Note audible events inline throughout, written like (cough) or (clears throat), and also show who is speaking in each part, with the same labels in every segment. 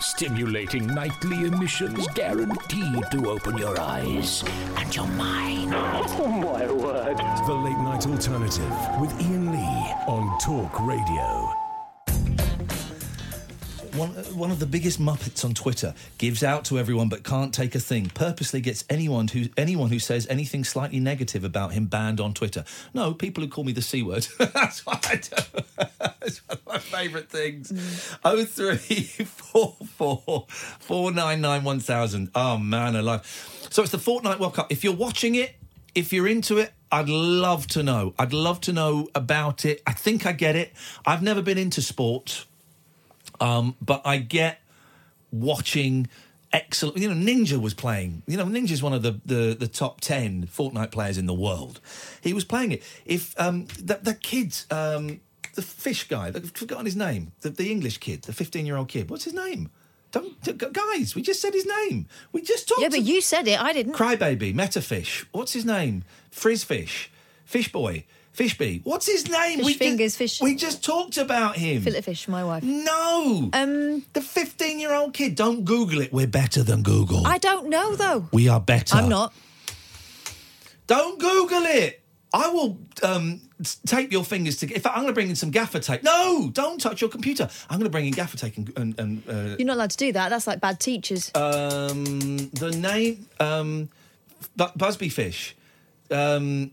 Speaker 1: Stimulating nightly emissions guaranteed to open your eyes and your mind. Oh my word.
Speaker 2: The Late Night Alternative with Ian Lee on Talk Radio.
Speaker 3: One, uh, one of the biggest muppets on Twitter gives out to everyone but can't take a thing. Purposely gets anyone who anyone who says anything slightly negative about him banned on Twitter. No, people who call me the c word. (laughs) That's what I do. (laughs) That's one of my favourite things. Oh three (laughs) four four four nine nine one thousand. Oh man, alive! So it's the Fortnite World Cup. If you're watching it, if you're into it, I'd love to know. I'd love to know about it. I think I get it. I've never been into sport, um, but I get watching excellent. You know, Ninja was playing. You know, Ninja's one of the, the, the top 10 Fortnite players in the world. He was playing it. If um, that, that kid, um, the fish guy, I've forgotten his name, the, the English kid, the 15 year old kid, what's his name? Don't, d- guys, we just said his name. We just talked
Speaker 4: Yeah, but you said it. I didn't.
Speaker 3: Crybaby, Metafish. What's his name? Frizzfish. Fish Boy. Fishby. What's his name?
Speaker 4: Fish
Speaker 3: just,
Speaker 4: fingers, fish-
Speaker 3: We just talked about him.
Speaker 4: Fillet fish, my wife.
Speaker 3: No.
Speaker 4: Um,
Speaker 3: the 15 year old kid. Don't Google it. We're better than Google.
Speaker 4: I don't know though.
Speaker 3: we are better.
Speaker 4: I'm not.
Speaker 3: Don't Google it. I will um, s- tape your fingers together. In fact, I'm going to bring in some gaffer tape. No, don't touch your computer. I'm going to bring in gaffer tape and, and, and uh,
Speaker 4: You're not allowed to do that. That's like bad teachers.
Speaker 3: Um, the name um, Bu- Busby Fish. Um,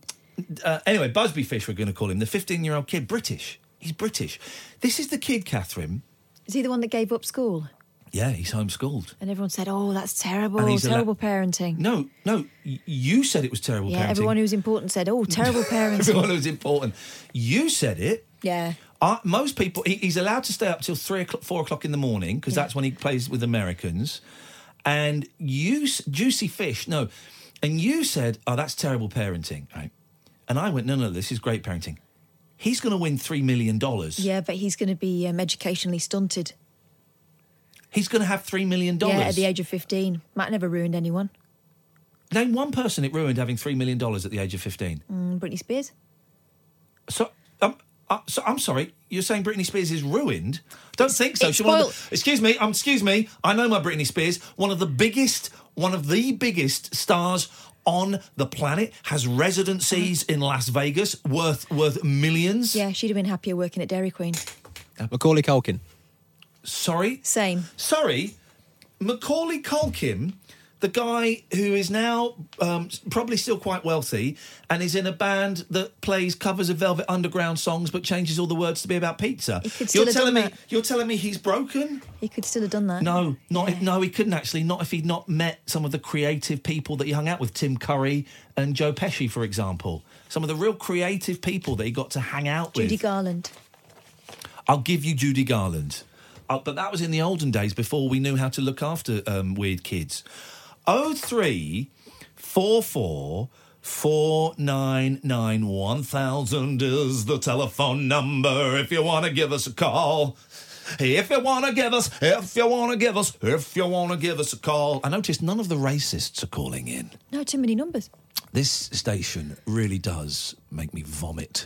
Speaker 3: uh, anyway, Busby Fish. We're going to call him the 15-year-old kid, British. He's British. This is the kid, Catherine.
Speaker 4: Is he the one that gave up school?
Speaker 3: Yeah, he's homeschooled.
Speaker 4: And everyone said, "Oh, that's terrible.
Speaker 3: And he's a
Speaker 4: Terrible parenting."
Speaker 3: No, no, y- you said it was terrible
Speaker 4: yeah,
Speaker 3: parenting.
Speaker 4: everyone who's important said, "Oh, terrible
Speaker 3: (laughs) Everyone
Speaker 4: parenting."
Speaker 3: who's important. You said it.
Speaker 4: yeah.
Speaker 3: Uh, most people, he, he's allowed to stay up till three o'clock, four o'clock in the morning because that's when he plays with Americans. And you, s- Juicy Fish, no. And you said, oh, that's terrible parenting, right? And I went, no, no, this is great parenting. He's going to win $3 million.
Speaker 4: Yeah, but he's going to be um, educationally stunted.
Speaker 3: He's going to have $3 million.
Speaker 4: Yeah, at the age of 15. Matt never ruined anyone.
Speaker 3: Name one person it ruined having $3 million at the age of 15.
Speaker 4: Mm, Britney Spears.
Speaker 3: So, um, uh, so I'm sorry. You're saying Britney Spears is ruined? Don't think so.
Speaker 4: it's
Speaker 3: She's one of the-
Speaker 4: spoiled.
Speaker 3: excuse me. Um, excuse me. I know my Britney Spears. One of the biggest, one of the biggest stars on the planet has residencies in Las Vegas worth worth millions.
Speaker 4: Yeah, she'd have been happier working at Dairy Queen.
Speaker 5: Macaulay Culkin.
Speaker 3: Sorry,
Speaker 4: Same.
Speaker 3: sorry. Macaulay Culkin, the guy who is now um, probably still quite wealthy and is in a band that plays covers of Velvet Underground songs but changes all the words to be about pizza.
Speaker 4: He could still
Speaker 3: You're
Speaker 4: have
Speaker 3: telling me
Speaker 4: done that.
Speaker 3: you're telling me he's broken?
Speaker 4: He could still have done that.
Speaker 3: No, not if,
Speaker 4: Yeah.
Speaker 3: no, he couldn't actually. Not if he'd not met some of the creative people that he hung out with, Tim Curry and Joe Pesci, for example. Some of the real creative people that he got to hang out with.
Speaker 4: Judy Garland.
Speaker 3: I'll give you Judy Garland. Uh, but that was in the olden days before we knew how to look after um, weird kids. Oh three four four four nine nine one thousand is the telephone number if you want to give us a call. If you want to give us, if you want to give us, if you want to give us a call. I noticed none of the racists are calling in.
Speaker 4: No, too many numbers.
Speaker 3: This station really does make me vomit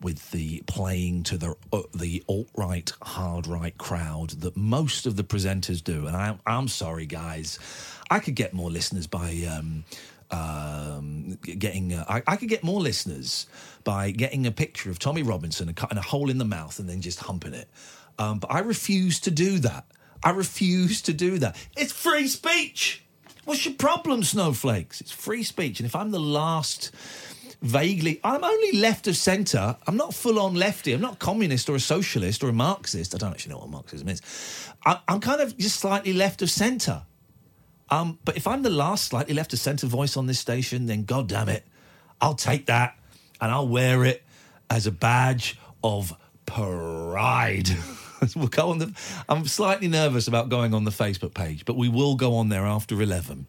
Speaker 3: with the playing to the uh, the alt right, hard right crowd that most of the presenters do. And I'm I'm sorry, guys, I could get more listeners by um, um, g- getting. Uh, I, I could get more listeners by getting a picture of Tommy Robinson and cutting a hole in the mouth and then just humping it. Um, but I refuse to do that. I refuse to do that. It's free speech. What's your problem, snowflakes? It's free speech. And if I'm the last vaguely, I'm only left of centre. I'm not full on lefty. I'm not communist or a socialist or a Marxist. I don't actually know what Marxism is. I, I'm kind of just slightly left of centre. Um, but if I'm the last slightly left of centre voice on this station, then God damn it, I'll take that and I'll wear it as a badge of pride. (laughs) we'll go on the. I'm slightly nervous about going on the Facebook page, but we will go on there after eleven.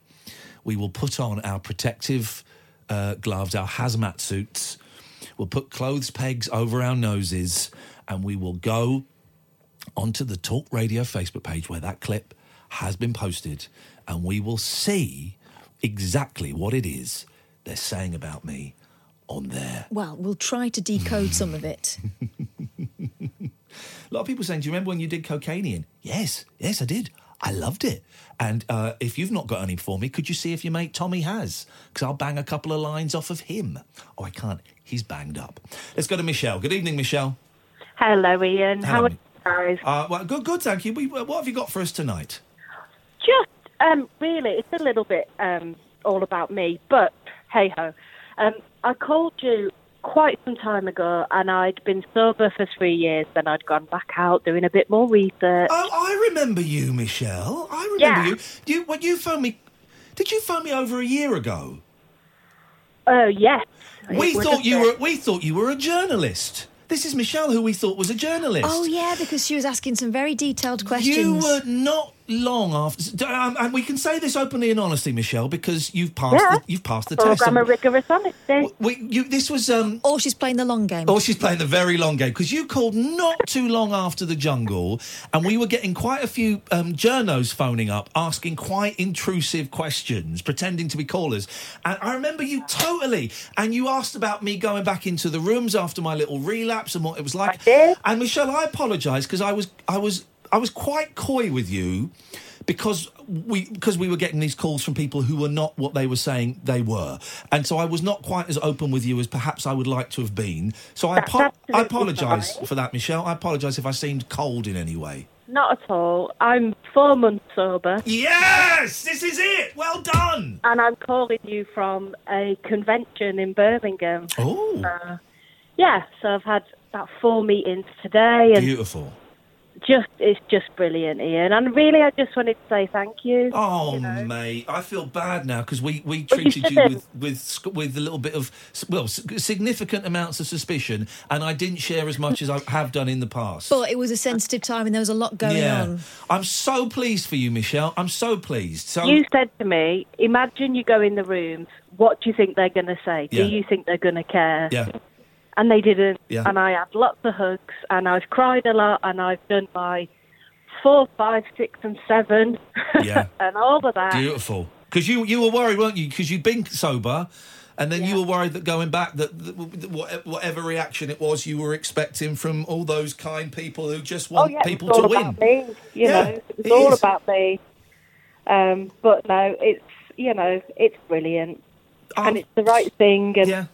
Speaker 3: We will put on our protective uh, gloves, our hazmat suits. We'll put clothes pegs over our noses, and we will go onto the Talk Radio Facebook page where that clip has been posted, and we will see exactly what it is they're saying about me on there.
Speaker 4: Well, we'll try to decode some
Speaker 3: (laughs)
Speaker 4: of it.
Speaker 3: A lot of people saying, "Do you remember when you did Cocainian?" Yes, yes, I did. I loved it. And uh, if you've not got any for me, could you see if your mate Tommy has? Because I'll bang a couple of lines off of him. Oh, I can't. He's banged up. Let's go to Michelle. Good evening, Michelle.
Speaker 6: Hello, Ian. How are
Speaker 3: Hello.
Speaker 6: you guys?
Speaker 3: Uh, well, good, good. Thank you. We, uh, what have you got for us tonight?
Speaker 6: Just um, really, it's a little bit um, all about me, but hey ho. Um, I called you quite some time ago, and I'd been sober for three years. Then I'd gone back out doing a bit more research.
Speaker 3: Oh, I remember you, Michelle. I remember
Speaker 6: Yeah.
Speaker 3: you. You when you phoned me, did you phone me over a year ago?
Speaker 6: Oh yes.
Speaker 3: We
Speaker 6: It was
Speaker 3: thought
Speaker 6: a
Speaker 3: you
Speaker 6: bit-
Speaker 3: were. We thought you were a journalist. This is Michelle, who we thought was a journalist.
Speaker 4: oh, yeah, because she was asking some very detailed questions.
Speaker 3: You were not long after, um, and we can say this openly and honestly, Michelle, because you've passed.
Speaker 6: Yeah.
Speaker 3: The, you've passed the test.
Speaker 6: Program of rigorous honesty.
Speaker 3: We, you, this was. Um,
Speaker 4: Or she's playing the long game.
Speaker 3: Oh, she's playing the very long game because you called not too long after the jungle, and we were getting quite a few um, journos phoning up asking quite intrusive questions, pretending to be callers. And I remember you totally, and you asked about me going back into the rooms after my little relapse and what it was like. And Michelle, I apologise because I was, I was, I was quite coy with you because we because we were getting these calls from people who were not what they were saying they were, and so I was not quite as open with you as perhaps I would like to have been. So I,
Speaker 6: That's
Speaker 3: apo- I
Speaker 6: absolutely
Speaker 3: apologise
Speaker 6: fine.
Speaker 3: for that, Michelle. I apologise if I seemed cold in any way.
Speaker 6: Not at all. I'm four months sober,
Speaker 3: Yes, this is it. Well done.
Speaker 6: and I'm calling you from a convention in Birmingham. Uh,
Speaker 3: Oh,
Speaker 6: Yeah, so I've had about four meetings today, and
Speaker 3: beautiful.
Speaker 6: just it's just brilliant, Ian. And really, I just wanted to say thank you.
Speaker 3: Oh, mate, I feel bad now because we, we
Speaker 6: But you
Speaker 3: treated you,
Speaker 6: shouldn't.
Speaker 3: with with sc- with a little bit of s- well s- significant amounts of suspicion, and I didn't share as much as I have done in the past.
Speaker 4: But it was a sensitive time and there was a lot going on.
Speaker 3: I'm so pleased for you, Michelle. I'm so pleased. So
Speaker 6: You said to me, imagine you go in the room. What do you think they're going to say?
Speaker 3: Yeah.
Speaker 6: Do you think they're going to care?
Speaker 3: yeah,
Speaker 6: And they didn't.
Speaker 3: Yeah.
Speaker 6: And I had lots of hugs, and I've cried a lot, and I've done my four, five, six, and seven, (laughs)
Speaker 3: Yeah.
Speaker 6: and all of that.
Speaker 3: beautiful. Because you you were worried, weren't you? Because you'd been sober, and then you were worried that going back that, that w- that wha- whatever reaction it was you were expecting from all those kind people who just
Speaker 6: oh
Speaker 3: want
Speaker 6: yeah,
Speaker 3: people
Speaker 6: it was
Speaker 3: to
Speaker 6: all
Speaker 3: win.
Speaker 6: about me. You
Speaker 3: Yeah,
Speaker 6: know, it was
Speaker 3: it
Speaker 6: all
Speaker 3: is.
Speaker 6: about me. Um, but no, it's you know, it's brilliant,
Speaker 3: Oh,
Speaker 6: and it's the right thing, and
Speaker 3: yeah.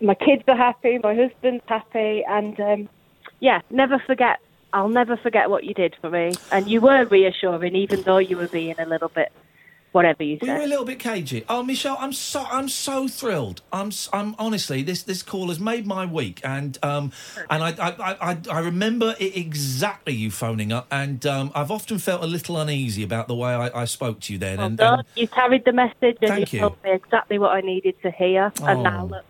Speaker 6: my kids are happy, my husband's happy, and um, yeah, never forget. I'll never forget what you did for me, and you were reassuring, even though you were being a little bit whatever you
Speaker 3: We were a
Speaker 6: said.
Speaker 3: little bit cagey. Oh, Michelle, I'm so I'm so thrilled. I'm s- I'm honestly this this call has made my week, and um and I I I- I, I remember it exactly you phoning up, and um I've often felt a little uneasy about the way I, I spoke to you then, and,
Speaker 6: God,
Speaker 3: and
Speaker 6: you carried the message, and you,
Speaker 3: Thank you.
Speaker 6: told me exactly what I needed to hear.
Speaker 3: Oh.
Speaker 6: And now look,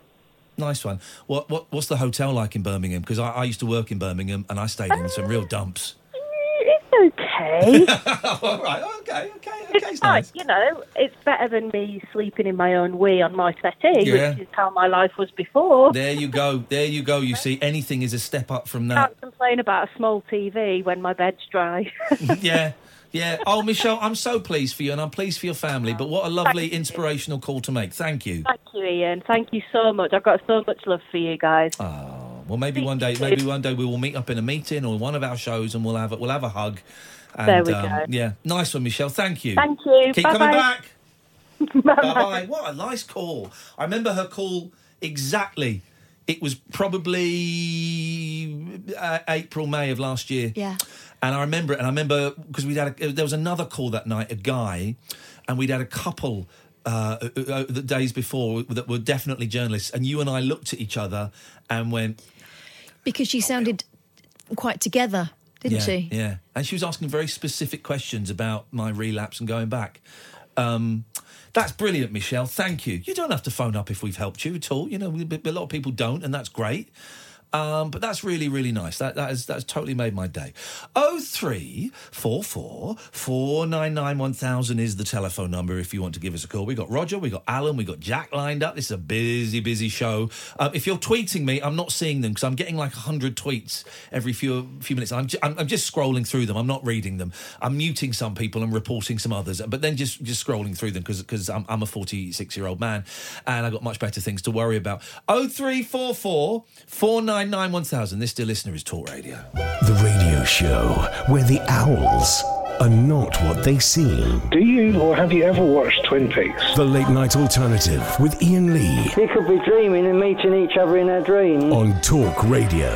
Speaker 3: nice one. What what what's the hotel like in Birmingham? Because I, I used to work in Birmingham, and I stayed in some real dumps. (laughs)
Speaker 6: it's okay.
Speaker 3: All right, okay, okay, okay,
Speaker 6: It's
Speaker 3: it's
Speaker 6: fine,
Speaker 3: nice.
Speaker 6: you know, it's better than me sleeping in my own wee on my settee,
Speaker 3: Yeah.
Speaker 6: which is how my life was before.
Speaker 3: There you go, there you go. You see, anything is a step up from that.
Speaker 6: Can't complain about a small TV when my bed's dry. (laughs)
Speaker 3: (laughs) yeah. Yeah. Oh, Michelle, I'm so pleased for you and I'm pleased for your family. But what a lovely, inspirational call to make. Thank you.
Speaker 6: Thank you, Ian. Thank you so much. I've got so much love for you guys.
Speaker 3: Oh, well, maybe one day, maybe one day we will meet up in a meeting or one of our shows and we'll have a, we'll have a hug. And,
Speaker 6: There we go.
Speaker 3: Yeah. Nice one, Michelle. Thank you.
Speaker 6: Thank you.
Speaker 3: Keep
Speaker 6: Bye-bye.
Speaker 3: coming back. bye bye. What a nice call. I remember her call exactly. It was probably uh, April, May of last year.
Speaker 4: Yeah.
Speaker 3: And I remember it, and I remember because we'd had a, there was another call that night, a guy, and we'd had a couple uh, uh, uh, the days before that were definitely journalists, and you and I looked at each other and went,
Speaker 4: Because she sounded quite together, didn't
Speaker 3: yeah,
Speaker 4: she?
Speaker 3: Yeah. And she was asking very specific questions about my relapse and going back. Um, that's brilliant, Michelle. Thank you. You don't have to phone up if we've helped you at all. You know, we- a lot of people don't, and that's great. Um, but that's really, really nice. That that has that's totally made my day. Oh three four four four nine nine one thousand is the telephone number if you want to give us a call. We got Roger, we got Alan, we got Jack lined up. This is a busy, busy show. Um, if you're tweeting me, I'm not seeing them because I'm getting like hundred tweets every few few minutes. I'm, ju- I'm I'm just scrolling through them. I'm not reading them. I'm muting some people and reporting some others, but then just just scrolling through them because because I'm, I'm a 46 year old man and I've got much better things to worry about. 0344 499 1000. This, dear listener, is Talk Radio.
Speaker 2: The radio show where the owls are not what they seem.
Speaker 7: Do you or have you ever watched Twin Peaks?
Speaker 2: The late night alternative with Ian Lee
Speaker 7: We could be dreaming and meeting each other in our dreams.
Speaker 2: on Talk Radio.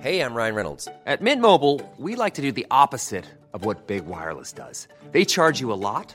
Speaker 8: Hey, I'm Ryan Reynolds. At Mint Mobile, we like to do the opposite of what Big Wireless does. They charge you a lot,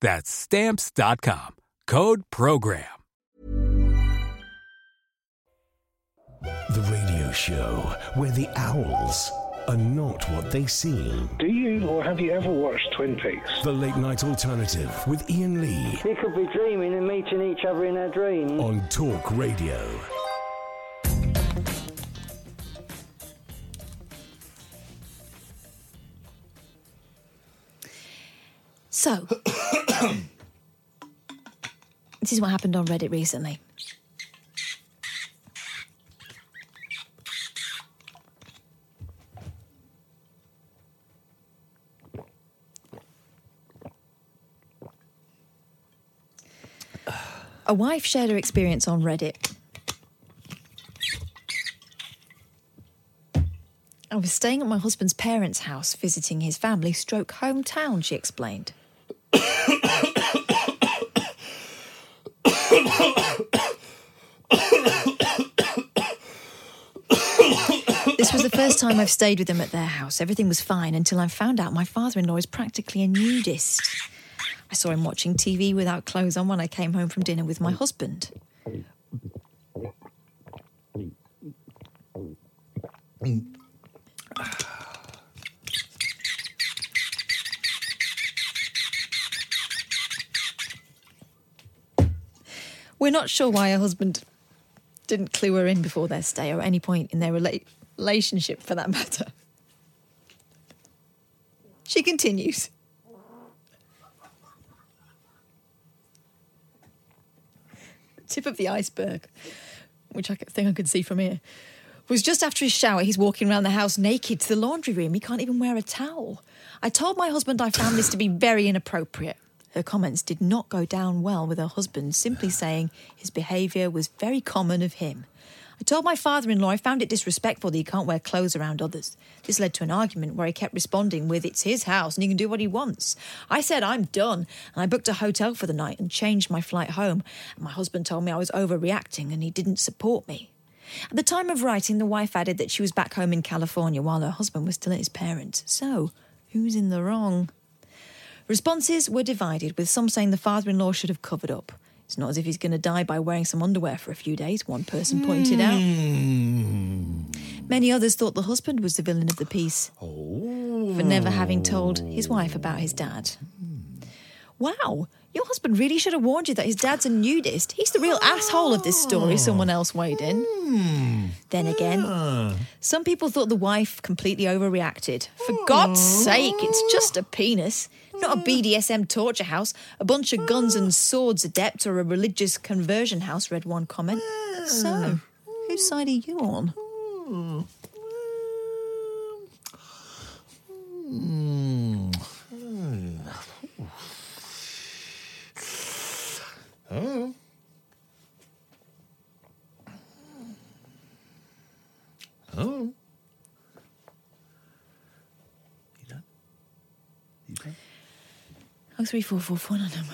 Speaker 9: That's stamps.com. Code program.
Speaker 2: The radio show where the owls are not what they seem.
Speaker 7: Do you or have you ever watched Twin Peaks?
Speaker 2: The late night alternative with Ian Lee
Speaker 7: We could be dreaming and meeting each other in our dreams.
Speaker 2: on Talk Radio.
Speaker 4: So, (coughs) this is what happened on Reddit recently. A wife shared her experience on Reddit. I was staying at my husband's parents' house visiting his family stroke hometown, she explained. This was the first time I've stayed with them at their house. Everything was fine until I found out my father in law is practically a nudist. I saw him watching TV without clothes on when I came home from dinner with my husband. We're not sure why her husband didn't clue her in before their stay or at any point in their rela- relationship for that matter. She continues. Tip of the iceberg, which I could- think I could see from here, was just after his shower. He's walking around the house naked to the laundry room. He can't even wear a towel. I told my husband I found this to be very inappropriate. Her comments did not go down well with her husband, simply saying his behaviour was very common of him. I told my father in law I found it disrespectful that he can't wear clothes around others. This led to an argument where he kept responding with, It's his house and he can do what he wants. I said, I'm done, and I booked a hotel for the night and changed my flight home. And my husband told me I was overreacting and he didn't support me. At the time of writing, the wife added that she was back home in California while her husband was still at his parents'. So, who's in the wrong? Responses were divided, with some saying the father in law should have covered up. It's not as if he's going to die by wearing some underwear for a few days, one person pointed out. Many others thought the husband was the villain of the piece for never having told his wife about his dad. Wow, your husband really should have warned you that his dad's a nudist. He's the real asshole of this story, someone else weighed in. Then again, some people thought the wife completely overreacted. For God's sake, it's just a penis, not a BDSM torture house, a bunch of guns and swords adept, or a religious conversion house, read one comment. So, whose side are you on?
Speaker 3: Hmm. Hmm. Oh. Oh.
Speaker 4: Oh, three, four, four, four. No, no, no, no, no.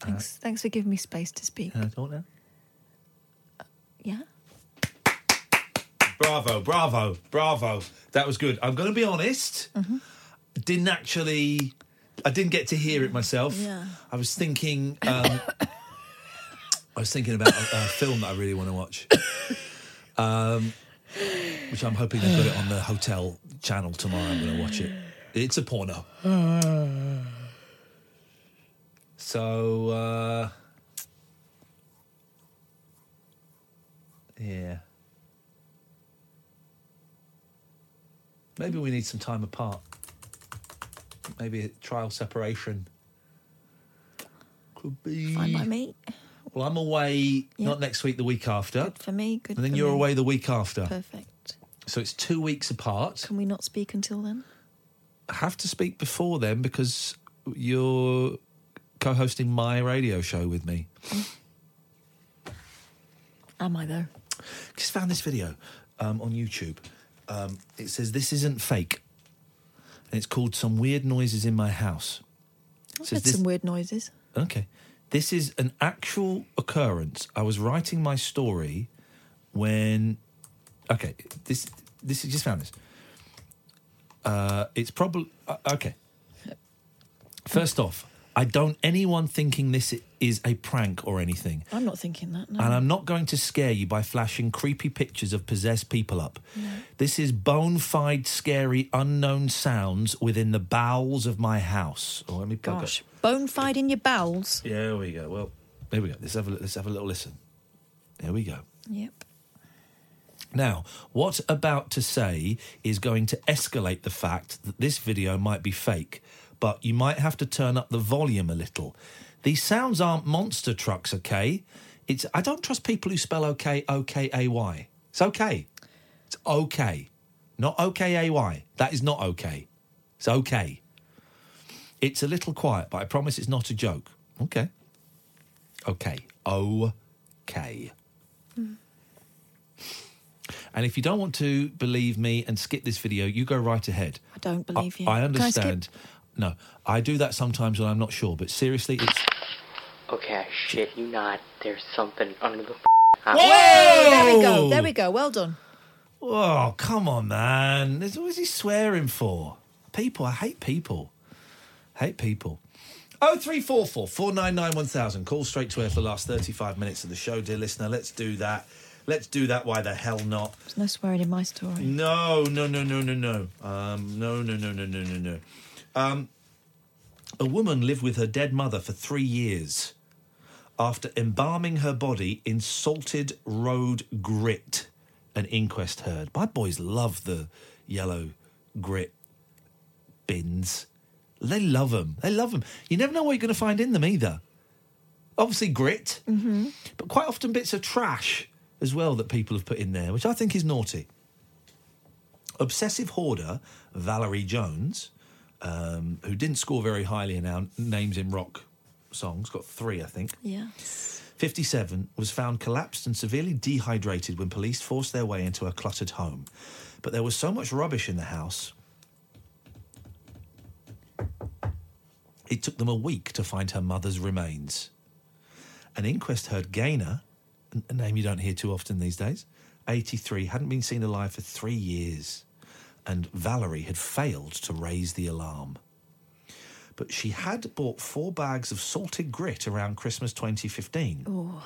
Speaker 4: Thanks, thanks for giving me space to speak.
Speaker 3: Uh, Can I talk now?
Speaker 4: Uh, Yeah.
Speaker 3: Bravo, bravo, bravo. That was good. I'm going to be honest.
Speaker 4: Mm-hmm.
Speaker 3: Didn't actually, I didn't get to hear it myself.
Speaker 4: Yeah.
Speaker 3: I was thinking, um, (coughs) I was thinking about a, a film that I really want to watch, um, which I'm hoping they've got it on the hotel channel tomorrow. I'm going to watch it. It's a porno. So, uh, yeah. Maybe we need some time apart. Maybe a trial separation. Could be.
Speaker 4: Fine by me.
Speaker 3: Well, I'm away not next week, the week after.
Speaker 4: For me, good.
Speaker 3: and then
Speaker 4: for
Speaker 3: you're
Speaker 4: me.
Speaker 3: away the week after.
Speaker 4: Perfect.
Speaker 3: So it's two weeks apart.
Speaker 4: Can we not speak until then?
Speaker 3: I have to speak before then because you're co hosting my radio show with me.
Speaker 4: Am I though?
Speaker 3: Just found this video um, on YouTube. Um, it says this isn't fake, and it's called "Some Weird Noises in My House."
Speaker 4: I've
Speaker 3: Says
Speaker 4: heard
Speaker 3: this-
Speaker 4: some weird noises.
Speaker 3: Okay, this is an actual occurrence. I was writing my story when. Okay, this this is just found this. Uh, it's probably uh, okay. First off, I don't anyone thinking this is a prank or anything.
Speaker 4: I'm not thinking that. No.
Speaker 3: And I'm not going to scare you by flashing creepy pictures of possessed people up. This is bona fide, scary, unknown sounds within the bowels of my house. Oh, let me plug
Speaker 4: Gosh,
Speaker 3: up.
Speaker 4: bone fight in your bowels.
Speaker 3: Yeah, here we go. Well, here we go. Let's have a, let's have a little listen. Here we go.
Speaker 4: Yep.
Speaker 3: Now, what about to say is going to escalate the fact that this video might be fake, but you might have to turn up the volume a little. These sounds aren't monster trucks, okay? It's I don't trust people who spell okay O K A Y. It's okay. It's okay. Not okay A Y. That is not okay. It's okay. It's a little quiet, but I promise it's not a joke. Okay. Okay. Okay. And if you don't want to believe me and skip this video, you go right ahead.
Speaker 4: I don't believe you.
Speaker 3: I
Speaker 4: Can skip?
Speaker 3: understand. no, I do that sometimes when I'm not sure, but seriously, it's.
Speaker 10: Okay, shit you not. There's something under the.
Speaker 4: Whoa! There we go. There we go. Well done.
Speaker 3: Oh, come on, man. There's always he swearing for. People, I hate people. Hate people. Oh, 0344 499 1000. Call straight to air for the last 35 minutes of the show, dear listener. Let's do that. Let's do that. Why the hell not?
Speaker 4: There's no swearing in my story.
Speaker 3: No, no, no, no, no, no. Um, no, no, no, no, no, no, no. Um, a woman lived with her dead mother for three years. after embalming her body in salted road grit, an inquest heard. My boys love the yellow grit bins. They love them. They love them. You never know what you're going to find in them either. Obviously, grit,
Speaker 4: Mm-hmm.
Speaker 3: but quite often bits of trash as well that people have put in there, which I think is naughty. Obsessive hoarder Valerie Jones, um, who didn't score very highly in our names in rock songs, got three, I think.
Speaker 4: Yeah.
Speaker 3: 57 was found collapsed and severely dehydrated when police forced their way into her cluttered home. But there was so much rubbish in the house, it took them a week to find her mother's remains. An inquest heard Gaynor, n- a name you don't hear too often these days, 83, hadn't been seen alive for three years, and Valerie had failed to raise the alarm but she had bought four bags of salted grit around Christmas 2015.
Speaker 4: Oh.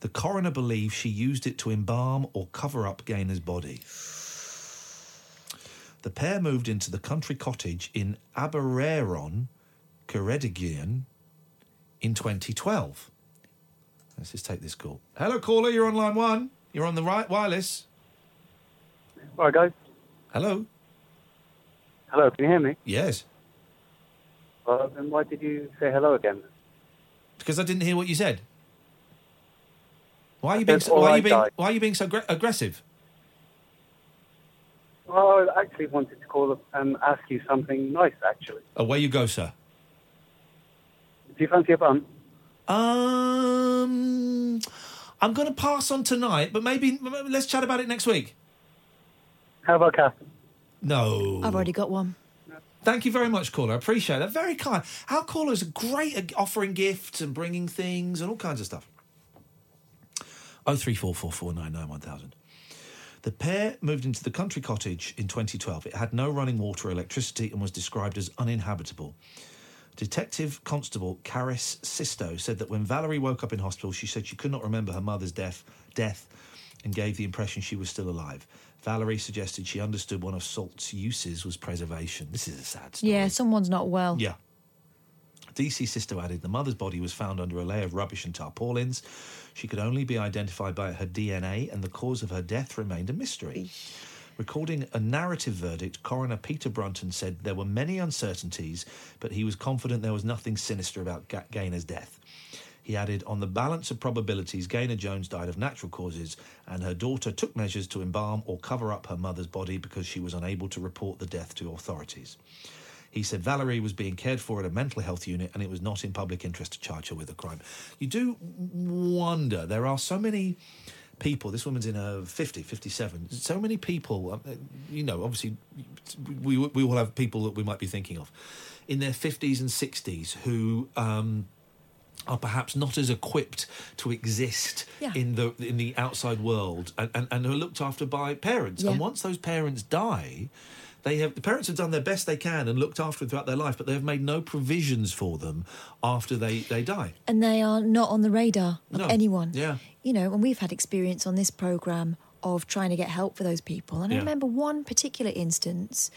Speaker 3: The coroner believes she used it to embalm or cover up Gaynor's body. The pair moved into the country cottage in Aberaeron, Ceredigion, in 2012. Let's just take this call. Hello, caller. You're on line one. You're on the right wireless.
Speaker 11: All right, guys.
Speaker 3: Hello.
Speaker 11: Hello, can you hear me?
Speaker 3: Yes.
Speaker 11: Uh, then why did you say hello again?
Speaker 3: Because I didn't hear what you said. Why are you
Speaker 11: I
Speaker 3: being
Speaker 11: said,
Speaker 3: so, why
Speaker 11: "All
Speaker 3: are you
Speaker 11: right,
Speaker 3: being
Speaker 11: guys."
Speaker 3: why are you being so aggr- aggressive?
Speaker 11: Well, I actually wanted to call up and ask you something nice, actually.
Speaker 3: Away Oh, you go, sir.
Speaker 11: Do you fancy a bun?
Speaker 3: Um, I'm going to pass on tonight, but maybe m- let's chat about it next week.
Speaker 11: How about Catherine?
Speaker 3: No.
Speaker 4: I've already got one.
Speaker 3: Thank you very much, caller. I appreciate that. Very kind. Our callers are great at offering gifts and bringing things and all kinds of stuff. Oh three four four four nine nine one thousand. The pair moved into the country cottage in 2012. It had no running water or electricity and was described as uninhabitable. Detective Constable Caris Sisto said that when Valerie woke up in hospital, she said she could not remember her mother's death, death and gave the impression she was still alive. Valerie suggested she understood one of salt's uses was preservation. This is a sad story.
Speaker 4: Yeah, someone's not well.
Speaker 3: Yeah. DC Sisto added the mother's body was found under a layer of rubbish and tarpaulins. She could only be identified by her DNA, and the cause of her death remained a mystery. Recording a narrative verdict, coroner Peter Brunton said there were many uncertainties, but he was confident there was nothing sinister about Ga- Gaynor's death. He added, on the balance of probabilities, Gaynor Jones died of natural causes, and her daughter took measures to embalm or cover up her mother's body because she was unable to report the death to authorities. He said Valerie was being cared for at a mental health unit and it was not in public interest to charge her with a crime. You do wonder, there are so many people, this woman's in her 50, 57, so many people, uh, you know, obviously we, we all have people that we might be thinking of in their 50s and 60s who. Um, are perhaps not as equipped to exist
Speaker 12: Yeah.
Speaker 3: in the in the outside world and, and, and are looked after by parents.
Speaker 12: Yeah.
Speaker 3: And once those parents die, they have the parents have done their best they can and looked after them throughout their life, but they have made no provisions for them after they, they die.
Speaker 4: And they are not on the radar of
Speaker 3: No.
Speaker 4: anyone.
Speaker 3: Yeah.
Speaker 4: You know, and we've had experience on this program of trying to get help for those people. And I
Speaker 13: Yeah.
Speaker 4: remember one particular instance,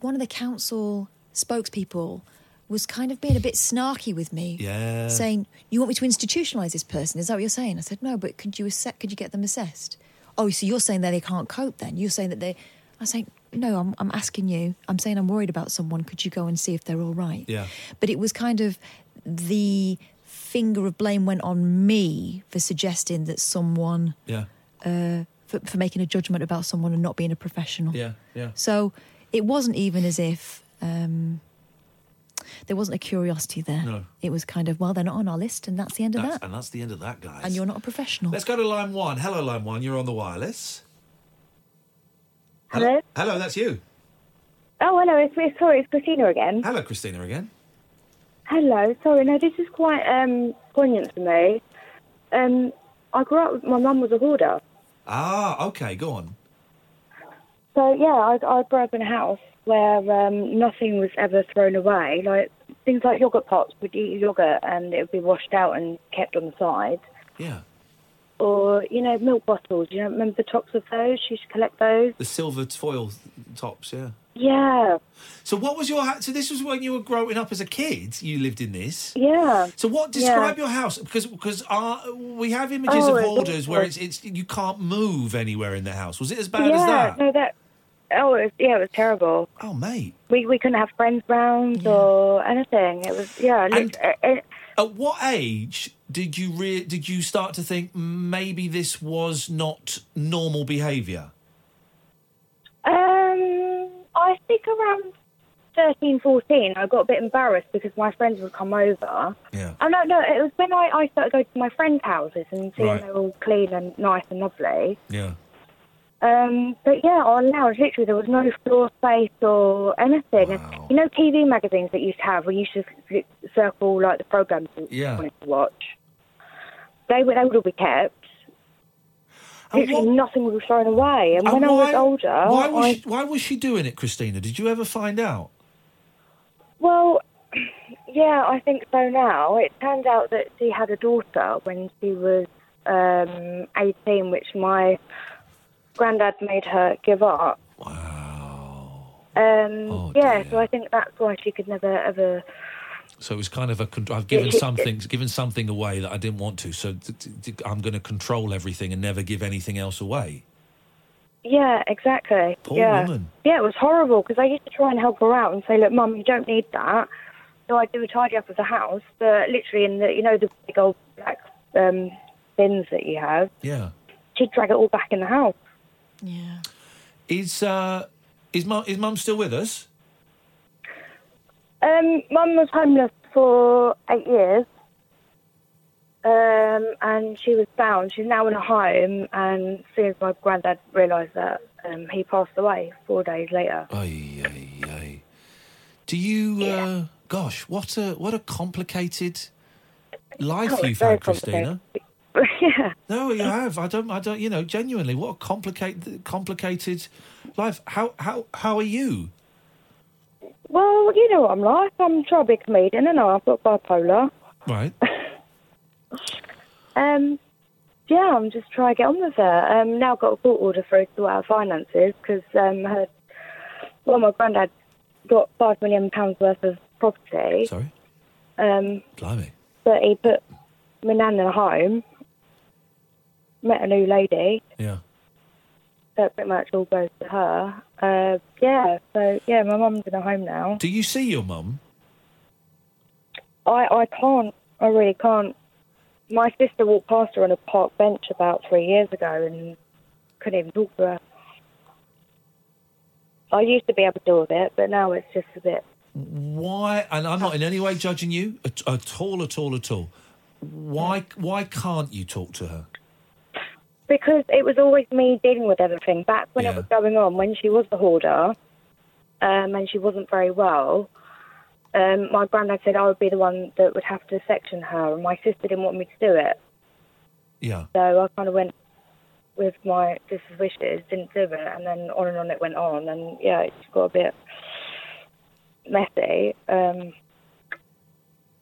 Speaker 4: one of the council spokespeople was kind of being a bit snarky with me.
Speaker 13: Yeah.
Speaker 4: Saying, "You want me to institutionalize this person? Is that what you're saying?" I said, "No, but could you assess, could you get them assessed?" "Oh, so you're saying that they can't cope then. You're saying that they I was saying, "No, I'm I'm asking you. I'm saying I'm worried about someone. Could you go and see if they're all right?"
Speaker 13: Yeah.
Speaker 4: but it was kind of the finger of blame went on me for suggesting that someone
Speaker 3: Yeah.
Speaker 4: uh, for, for making a judgment about someone and not being a professional.
Speaker 3: Yeah. Yeah.
Speaker 4: So it wasn't even as if um, there wasn't a curiosity there.
Speaker 3: No.
Speaker 4: It was kind of well, they're not on our list, and that's the end of
Speaker 3: That's-
Speaker 4: that.
Speaker 3: and that's the end of that, guys.
Speaker 4: And you're not a professional.
Speaker 3: Let's go to line one. Hello, line one. You're on the wireless.
Speaker 14: Hello.
Speaker 3: Hello, that's you.
Speaker 14: Oh, hello. It's, it's sorry, it's Christina again.
Speaker 3: Hello, Christina again.
Speaker 14: Hello. Sorry, no, this is quite um, poignant for me. Um, I grew up. with- My mum was a hoarder,
Speaker 3: Ah, okay, go on.
Speaker 14: so yeah, I, I grew up in a house where um, nothing was ever thrown away. Like things like yogurt pots, we'd eat yogurt and it would be washed out and kept on the side.
Speaker 3: Yeah.
Speaker 14: Or you know, milk bottles. You know, remember the tops of those? She used to collect those.
Speaker 3: The silver foil th- tops, yeah.
Speaker 14: Yeah.
Speaker 3: So what was your house? So this was when you were growing up as a kid. You lived in this.
Speaker 14: Yeah.
Speaker 3: So what describe your house because because our, we have images
Speaker 14: Oh,
Speaker 3: of
Speaker 14: it's
Speaker 3: hoarders where it's
Speaker 14: awful.
Speaker 3: it's you can't move anywhere in the house. Was it as bad
Speaker 14: yeah,
Speaker 3: as that?
Speaker 14: No, that. Oh, it was, yeah, it was terrible.
Speaker 3: Oh, mate.
Speaker 14: We we couldn't have friends round or anything. It was yeah. lit- uh, uh,
Speaker 3: At what age did you re- did you start to think maybe this was not normal behaviour?
Speaker 14: um, I think around 13, 14, I got a bit embarrassed because my friends would come over.
Speaker 3: Yeah.
Speaker 14: Oh no, no, it was when I, I started going to my friends' houses and seeing
Speaker 3: Right.
Speaker 14: they were all clean and nice and lovely.
Speaker 3: Yeah.
Speaker 14: Um, but yeah, on lounge, literally, there was no floor space or anything. And, you know, TV magazines that you used to have, where you used to s- circle like the programs you
Speaker 3: Yeah.
Speaker 14: wanted to watch. They would, they would all be kept. Literally, nothing was thrown away. And, when I was older,
Speaker 3: why was
Speaker 14: I,
Speaker 3: she, why was she doing it, Christina? Did you ever find out?
Speaker 14: well, (sighs) yeah, I think so now. It turned out that she had a daughter when she was um, 18, which my granddad made her give up. Um,
Speaker 3: Oh,
Speaker 14: yeah, so I think that's why she could never ever.
Speaker 3: So it was kind of a con- I've given
Speaker 14: Yeah, she-
Speaker 3: something given something away that I didn't want to. So t- t- t- I'm going to control everything and never give anything else away.
Speaker 14: Yeah, exactly.
Speaker 3: Poor
Speaker 14: yeah.
Speaker 3: woman.
Speaker 14: Yeah, it was horrible because I used to try and help her out and say, "Look, mum, you don't need that." So I'd do a tidy up of the house, but literally in the you know the big old black um, bins that you have,
Speaker 3: Yeah.
Speaker 14: she'd drag it all back in the house.
Speaker 3: Is uh is mum is mum still with us?
Speaker 14: Um, mum was homeless for eight years, um, and she was bound. She's now in a home, and as soon as my granddad realised that, um, he passed away four days later.
Speaker 3: Ay, ay, ay. Do you? Uh, gosh, what a what a complicated life
Speaker 14: Oh, it's
Speaker 3: you've
Speaker 14: very
Speaker 3: had, Christina.
Speaker 14: (laughs) yeah.
Speaker 3: No, you have. I don't. I don't. You know, genuinely, what a complicated complicated life. How how how are you?
Speaker 14: Well, you know what I'm like. I'm trying to be a comedian, and I've got bipolar. (laughs)
Speaker 3: Right.
Speaker 14: Um, yeah, I'm just trying to get on with it. Um, now I've got a court order for her to sort out finances because um, her, well, my granddad got five million pounds worth of property.
Speaker 3: Sorry.
Speaker 14: Um,
Speaker 3: Blimey.
Speaker 14: but he put my nan in a home, met a new lady.
Speaker 3: Yeah.
Speaker 14: That pretty much all goes to her. Uh, yeah, so yeah, my mum's in a home now.
Speaker 3: Do you see your mum?
Speaker 14: I, I can't, I really can't. My sister walked past her on a park bench about three years ago and couldn't even talk to her. I used to be able to deal with it, but now it's just a bit.
Speaker 3: Why? And I'm not in any way judging you at, at all, at all, at all. Why why can't you talk to her?
Speaker 14: Because it was always me dealing with everything. Back when it was going on, when she was the hoarder um, and she wasn't very well, um, my granddad said I would be the one that would have to section her, and my sister didn't want me to do it.
Speaker 3: Yeah.
Speaker 14: So I kind of went with my sister's wishes, didn't do it,
Speaker 15: uh,
Speaker 14: and then on and on it went on, and yeah, it just got a bit messy. Um,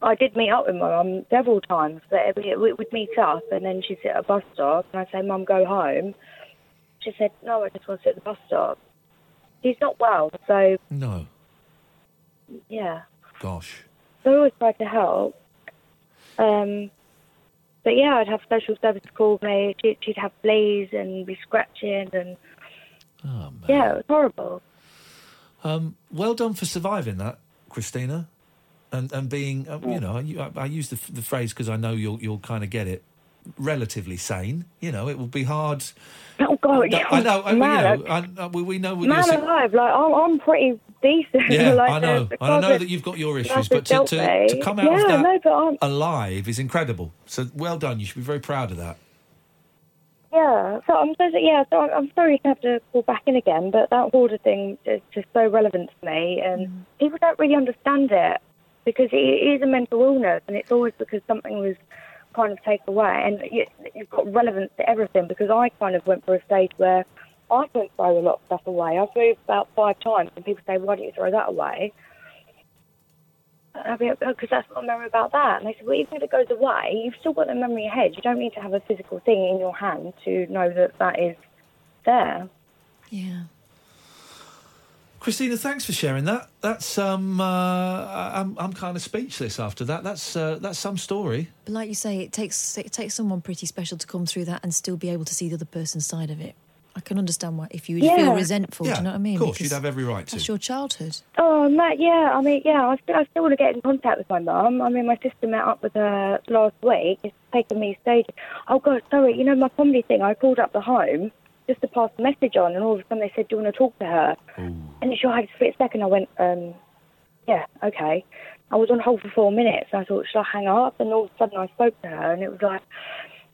Speaker 14: I did meet up with my mum several times, but it, it, we would meet up, and then she'd sit at a bus stop, and I'd say, Mum, go home. She said, No, I just want to sit at the bus stop. She's not well, so
Speaker 3: No.
Speaker 14: yeah.
Speaker 3: Gosh.
Speaker 14: So I always tried to help. Um, but yeah, I'd have social service call me. She'd, she'd have blaze and be scratching and
Speaker 3: Oh,
Speaker 14: yeah, it was horrible.
Speaker 3: Um, well done for surviving that, Christina, and and being uh, you know you, I, I use the, the phrase because I know you'll you'll kind of get it. Relatively sane, you know. It will be hard.
Speaker 14: Oh God, yeah,
Speaker 3: I know. I, you
Speaker 14: man,
Speaker 3: know I, I, we, we know what you're
Speaker 14: Man
Speaker 3: saying.
Speaker 14: alive, (laughs) like I'm, I'm pretty decent. (laughs)
Speaker 3: Yeah,
Speaker 14: like, uh,
Speaker 3: I know.
Speaker 14: the- the
Speaker 3: And I know
Speaker 14: closet-
Speaker 3: that you've got your
Speaker 14: closet
Speaker 3: issues, but to,
Speaker 14: dealt
Speaker 3: to,
Speaker 14: me.
Speaker 3: to come out
Speaker 14: yeah,
Speaker 3: of that
Speaker 14: no, but I'm,
Speaker 3: alive is incredible. So well done. You should be very proud of that.
Speaker 14: yeah. So I'm so yeah. So I'm, I'm sorry to have to call back in again, but that hoarder thing is just so relevant to me, and people don't really understand it because it is a mental illness, and it's always because something was kind of taken away, and you, you've got relevance to everything. Because I kind of went for a stage where I don't throw a lot of stuff away. I've moved about five times, and people say, "Why don't you throw that away?" Because oh, that's what I remember about that. And they said, well, even if it goes away, you've still got the memory in your head. You don't need to have a physical thing in your hand to know that that is there.
Speaker 4: Yeah.
Speaker 3: Christina, thanks for sharing that. That's um, uh, I- I'm I'm kind of speechless after that. That's uh, that's some story.
Speaker 4: But like you say, it takes it takes someone pretty special to come through that and still be able to see the other person's side of it. I can understand why if you would
Speaker 14: Yeah.
Speaker 4: feel resentful.
Speaker 3: yeah,
Speaker 4: do you know what I mean?
Speaker 3: Of course,
Speaker 4: Because
Speaker 3: you'd have every right
Speaker 4: that's
Speaker 3: to.
Speaker 4: your childhood.
Speaker 14: Oh, Matt, yeah. I mean, yeah, I still, I still want to get in contact with my mum. I mean, my sister met up with her last week. It's taken me stages. Oh, God, sorry. You know, my comedy thing, I called up the home just to pass a message on, and all of a sudden they said, Do you want to talk to her? And it's sure I had a split second. I went, um, Yeah, okay. I was on hold for four minutes, and I thought, Should I hang up? And all of a sudden I spoke to her, and it was like,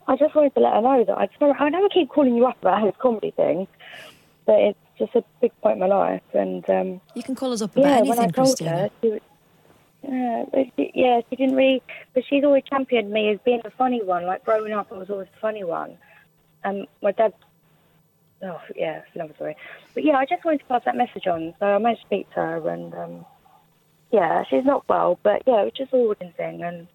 Speaker 14: I just wanted to let her know that I'd sorry, I know I keep calling you up about this comedy thing, but it's just a big point in my life. And, um,
Speaker 4: You can call us up about
Speaker 14: yeah, when I
Speaker 4: anything,
Speaker 14: told
Speaker 4: Christina.
Speaker 14: her, she was, yeah, but she, yeah, she didn't really, but she's always championed me as being the funny one. Like growing up, I was always the funny one. Um, my dad, oh yeah, it's another story. But yeah, I just wanted to pass that message on, so I managed to speak to her, and um, yeah, she's not well, but yeah, it was just a wooden thing, and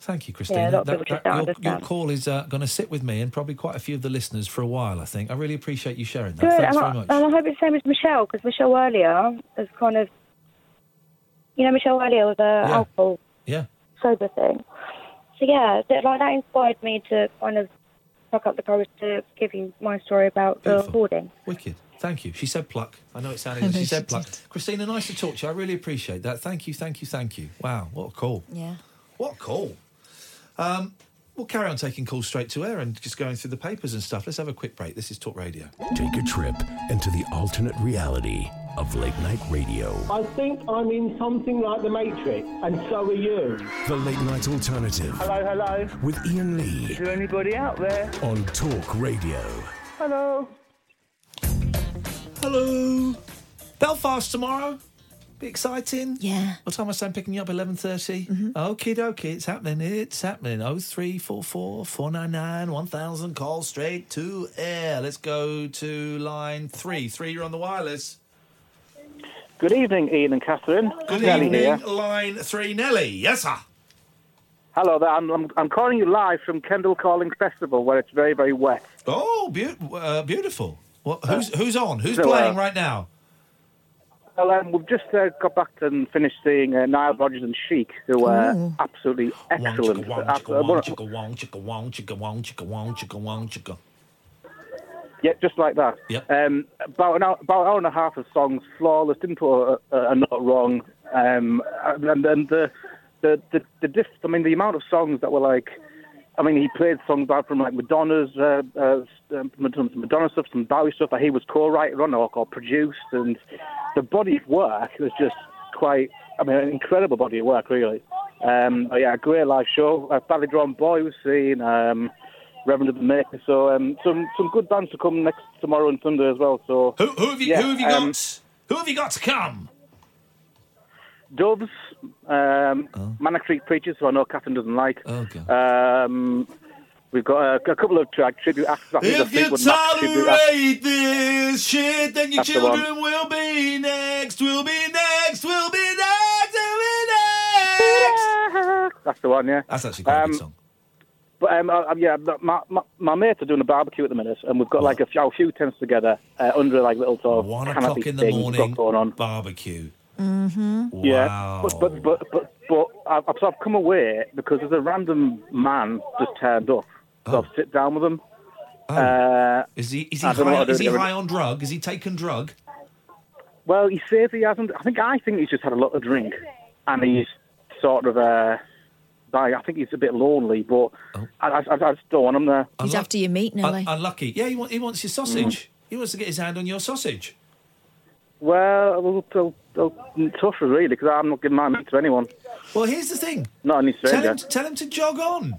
Speaker 3: Thank you, Christina.
Speaker 14: Yeah, a lot of people
Speaker 3: That- that-
Speaker 14: just don't
Speaker 3: your, your
Speaker 14: understand.
Speaker 3: call is uh, going to sit with me and probably quite a few of the listeners for a while. I think I really appreciate you sharing that.
Speaker 14: good.
Speaker 3: Thanks
Speaker 14: and,
Speaker 3: very
Speaker 14: I,
Speaker 3: much.
Speaker 14: and I hope it's the same as Michelle, because Michelle earlier has kind of, you know, Michelle earlier was a alcohol
Speaker 3: Yeah.
Speaker 14: sober thing. So yeah, that, like that inspired me to kind of pluck up the courage to give you my story about the hoarding.
Speaker 3: Wicked. Thank you. She said pluck. I know it sounded.
Speaker 14: I
Speaker 3: she
Speaker 14: know
Speaker 3: said
Speaker 14: she
Speaker 3: pluck. Christina, nice to talk to you. I really appreciate that. Thank you. Thank you. Thank you. Wow. What a call.
Speaker 4: Yeah.
Speaker 3: What a call. Um, we'll carry on taking calls straight to air and just going through the papers and stuff. Let's have a quick break. This is Talk Radio.
Speaker 1: Take a trip into the alternate reality of late night radio.
Speaker 12: I think I'm in something like The Matrix, and so are you.
Speaker 1: The late night alternative
Speaker 12: Hello, hello.
Speaker 1: with Ian Lee
Speaker 12: Is there anybody out there?
Speaker 1: on Talk Radio.
Speaker 12: Hello.
Speaker 3: Hello. Belfast tomorrow. Be exciting.
Speaker 4: Yeah.
Speaker 3: What time am I saying picking you up? 11.30? Okie dokie. It's happening. It's happening. Oh, 0344 499 1000. Call straight to air. Let's go to line three. Three, you're on the wireless.
Speaker 12: Good evening, Ian and Catherine.
Speaker 3: Good
Speaker 12: Nelly
Speaker 3: evening.
Speaker 12: here.
Speaker 3: Line three, Nelly. Yes, sir.
Speaker 12: Hello there. I'm, I'm, I'm calling you live from Kendall Calling Festival, where it's very, very wet.
Speaker 3: Oh, be- uh, beautiful. What, who's, who's on? Who's
Speaker 12: so, uh,
Speaker 3: playing right now?
Speaker 12: Well, um, we've just uh, got back and finished seeing uh, Nile Rodgers and Chic, who were
Speaker 3: Ooh.
Speaker 12: absolutely
Speaker 3: Wong,
Speaker 12: excellent.
Speaker 3: chicka,
Speaker 12: Uh,
Speaker 3: wong,
Speaker 12: Absol-
Speaker 3: chicka,
Speaker 12: one-
Speaker 3: wong, chicka, wong, chicka, wong, chicka, wong, chicka, wong, chicka, wong, chicka.
Speaker 12: Yeah, just like that. Um, about an hour, about an hour and a half of songs, flawless, didn't put a, a, a note wrong. Um, and then the the the, the diff, I mean, the amount of songs that were like, I mean, he played songs out from like Madonna's, uh, uh, um, Madonna some Madonna stuff, some Bowie stuff that he was co-writer on or, or produced, and the body of work was just quite, I mean, an incredible body of work, really. Um, but yeah, a great live show. Uh, Valley Drawn Boy was seen. Um, Reverend of the Maker. So um, some some good bands to come next tomorrow and Sunday as well. So
Speaker 3: who who have you who have you
Speaker 12: um,
Speaker 3: got? Who have you got to come?
Speaker 12: Doves, um, Manor Creek Preachers, who I know Catherine doesn't like.
Speaker 3: Oh,
Speaker 12: um, we've got a, a couple of track tribute acts. I think
Speaker 3: If
Speaker 12: the
Speaker 3: you
Speaker 12: Fleetwood Mac tribute act.
Speaker 3: tolerate this shit, then your
Speaker 12: That's the one.
Speaker 3: children will be next. Will be next. Will be next. Will be next.
Speaker 12: That's the one, yeah.
Speaker 3: That's actually
Speaker 12: quite a good song. But um, uh, um, yeah, but my, my my mates are doing a barbecue at the minute, and we've got like a few, a few tents together uh, under like little sort of
Speaker 3: One
Speaker 12: canopy
Speaker 3: o'clock in the
Speaker 12: thing we've got
Speaker 3: morning.
Speaker 12: going on.
Speaker 3: Barbecue.
Speaker 4: Mm-hmm.
Speaker 12: Yeah, but
Speaker 3: Oh.
Speaker 12: but but but, but I've, I've sort of come away because there's a random man just turned up. So I've sit down with him. Uh,
Speaker 3: Oh. is he Is he
Speaker 12: I don't know
Speaker 3: high,
Speaker 12: what to do
Speaker 3: is he
Speaker 12: with it.
Speaker 3: high on drug? Is he taken drug?
Speaker 12: Well, he says he hasn't. I think I think he's just had a lot of drink, and he's sort of uh, like I think he's a bit lonely. But
Speaker 3: Oh.
Speaker 12: I, I, I just don't want him there.
Speaker 4: He's after your meat, Nelly.
Speaker 3: Un- unlucky. Yeah, he, want, he wants your sausage. He wants to get his hand on your sausage.
Speaker 12: Well, well, well, well it's tough really because I'm not giving my meat to anyone.
Speaker 3: Well, here's the thing.
Speaker 12: Not any
Speaker 3: Tell
Speaker 12: stranger.
Speaker 3: him, to, tell him to jog on.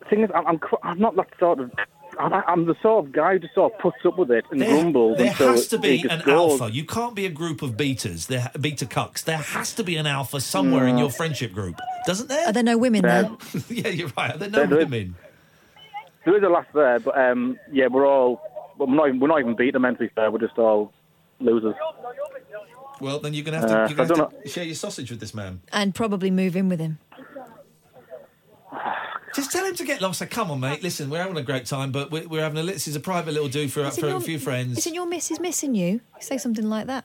Speaker 12: The thing is, I'm, I'm qu- I'm not that sort of. I'm, I'm the sort of guy who just sort of puts up with it and grumbles.
Speaker 3: There
Speaker 12: until
Speaker 3: has to
Speaker 12: it-
Speaker 3: be
Speaker 12: it just
Speaker 3: an
Speaker 12: goes.
Speaker 3: alpha. You can't be a group of beaters, there, beta cucks. There has to be an alpha somewhere in
Speaker 12: Mm.
Speaker 3: your friendship group. Doesn't there?
Speaker 4: Are there no women there?
Speaker 3: (laughs) yeah, you're right. There are no
Speaker 12: There is.
Speaker 3: women.
Speaker 12: There is a laugh there, but um, yeah, we're all well, we're not even, we're not even beat them. To be fair, we're just all losers.
Speaker 3: Well, then you're going to have to,
Speaker 12: Uh,
Speaker 3: you're gonna
Speaker 12: I don't
Speaker 3: have to share your sausage with this man.
Speaker 4: And probably move in with him.
Speaker 3: Just tell him to get lost. Like, Come on, mate. Listen, we're having a great time, but we're, we're having a. This is a private little do for,
Speaker 4: Isn't
Speaker 3: for
Speaker 4: your-
Speaker 3: a few friends.
Speaker 4: Isn't your missus missing you? You say something like that.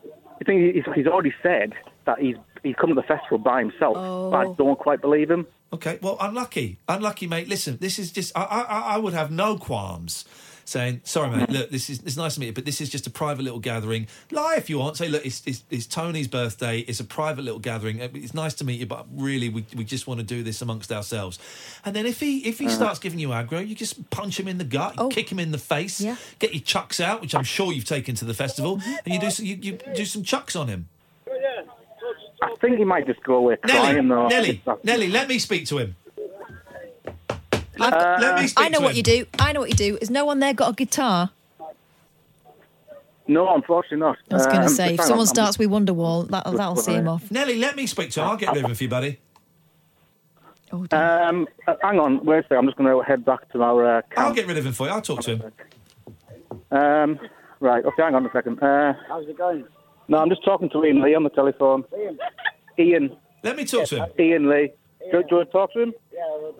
Speaker 12: I think he's, he's already said that he's he's come to the festival by himself.
Speaker 4: Oh.
Speaker 12: But I don't quite believe him.
Speaker 3: Okay, well, unlucky, unlucky, mate. Listen, this is just. I, I, I would have no qualms saying, "Sorry, mate. Look, this is it's nice to meet you, but this is just a private little gathering. Lie if you want. Say, look, it's, it's, it's Tony's birthday. It's a private little gathering. Uh, It's nice to meet you, but really, we, we just want to do this amongst ourselves. And then if he if he
Speaker 13: Uh-huh.
Speaker 3: starts giving you aggro, you just punch him in the gut, kick him in the face, get your chucks out, which I'm sure you've taken to the festival, and you do so, you, you do some chucks on him.
Speaker 12: I think he might just go away crying though.
Speaker 3: Nelly, Nelly, let me speak to him. Let,
Speaker 4: Uh,
Speaker 3: let me speak
Speaker 4: I know
Speaker 3: to
Speaker 4: what
Speaker 3: him.
Speaker 4: you do. I know what you do. Is no one there got a guitar?
Speaker 12: No, unfortunately not.
Speaker 4: I was going
Speaker 3: Um,
Speaker 4: to say, if
Speaker 3: hang on,
Speaker 4: someone
Speaker 3: I'm-
Speaker 4: starts with Wonderwall, that'll, that'll see him off.
Speaker 3: Nelly, let me speak to him. I'll get rid of him for you, buddy.
Speaker 12: Um, uh, hang on, wait a second. I'm just going to head back to our uh,
Speaker 3: I'll
Speaker 12: camp.
Speaker 3: get rid of him for you. I'll talk to him.
Speaker 12: Um, right, okay, hang on a second. Uh,
Speaker 11: How's it going?
Speaker 12: no, I'm just talking to Ian Lee on the telephone. Ian.
Speaker 3: Let me talk to him.
Speaker 12: Ian Lee. Do, do you want to talk to him?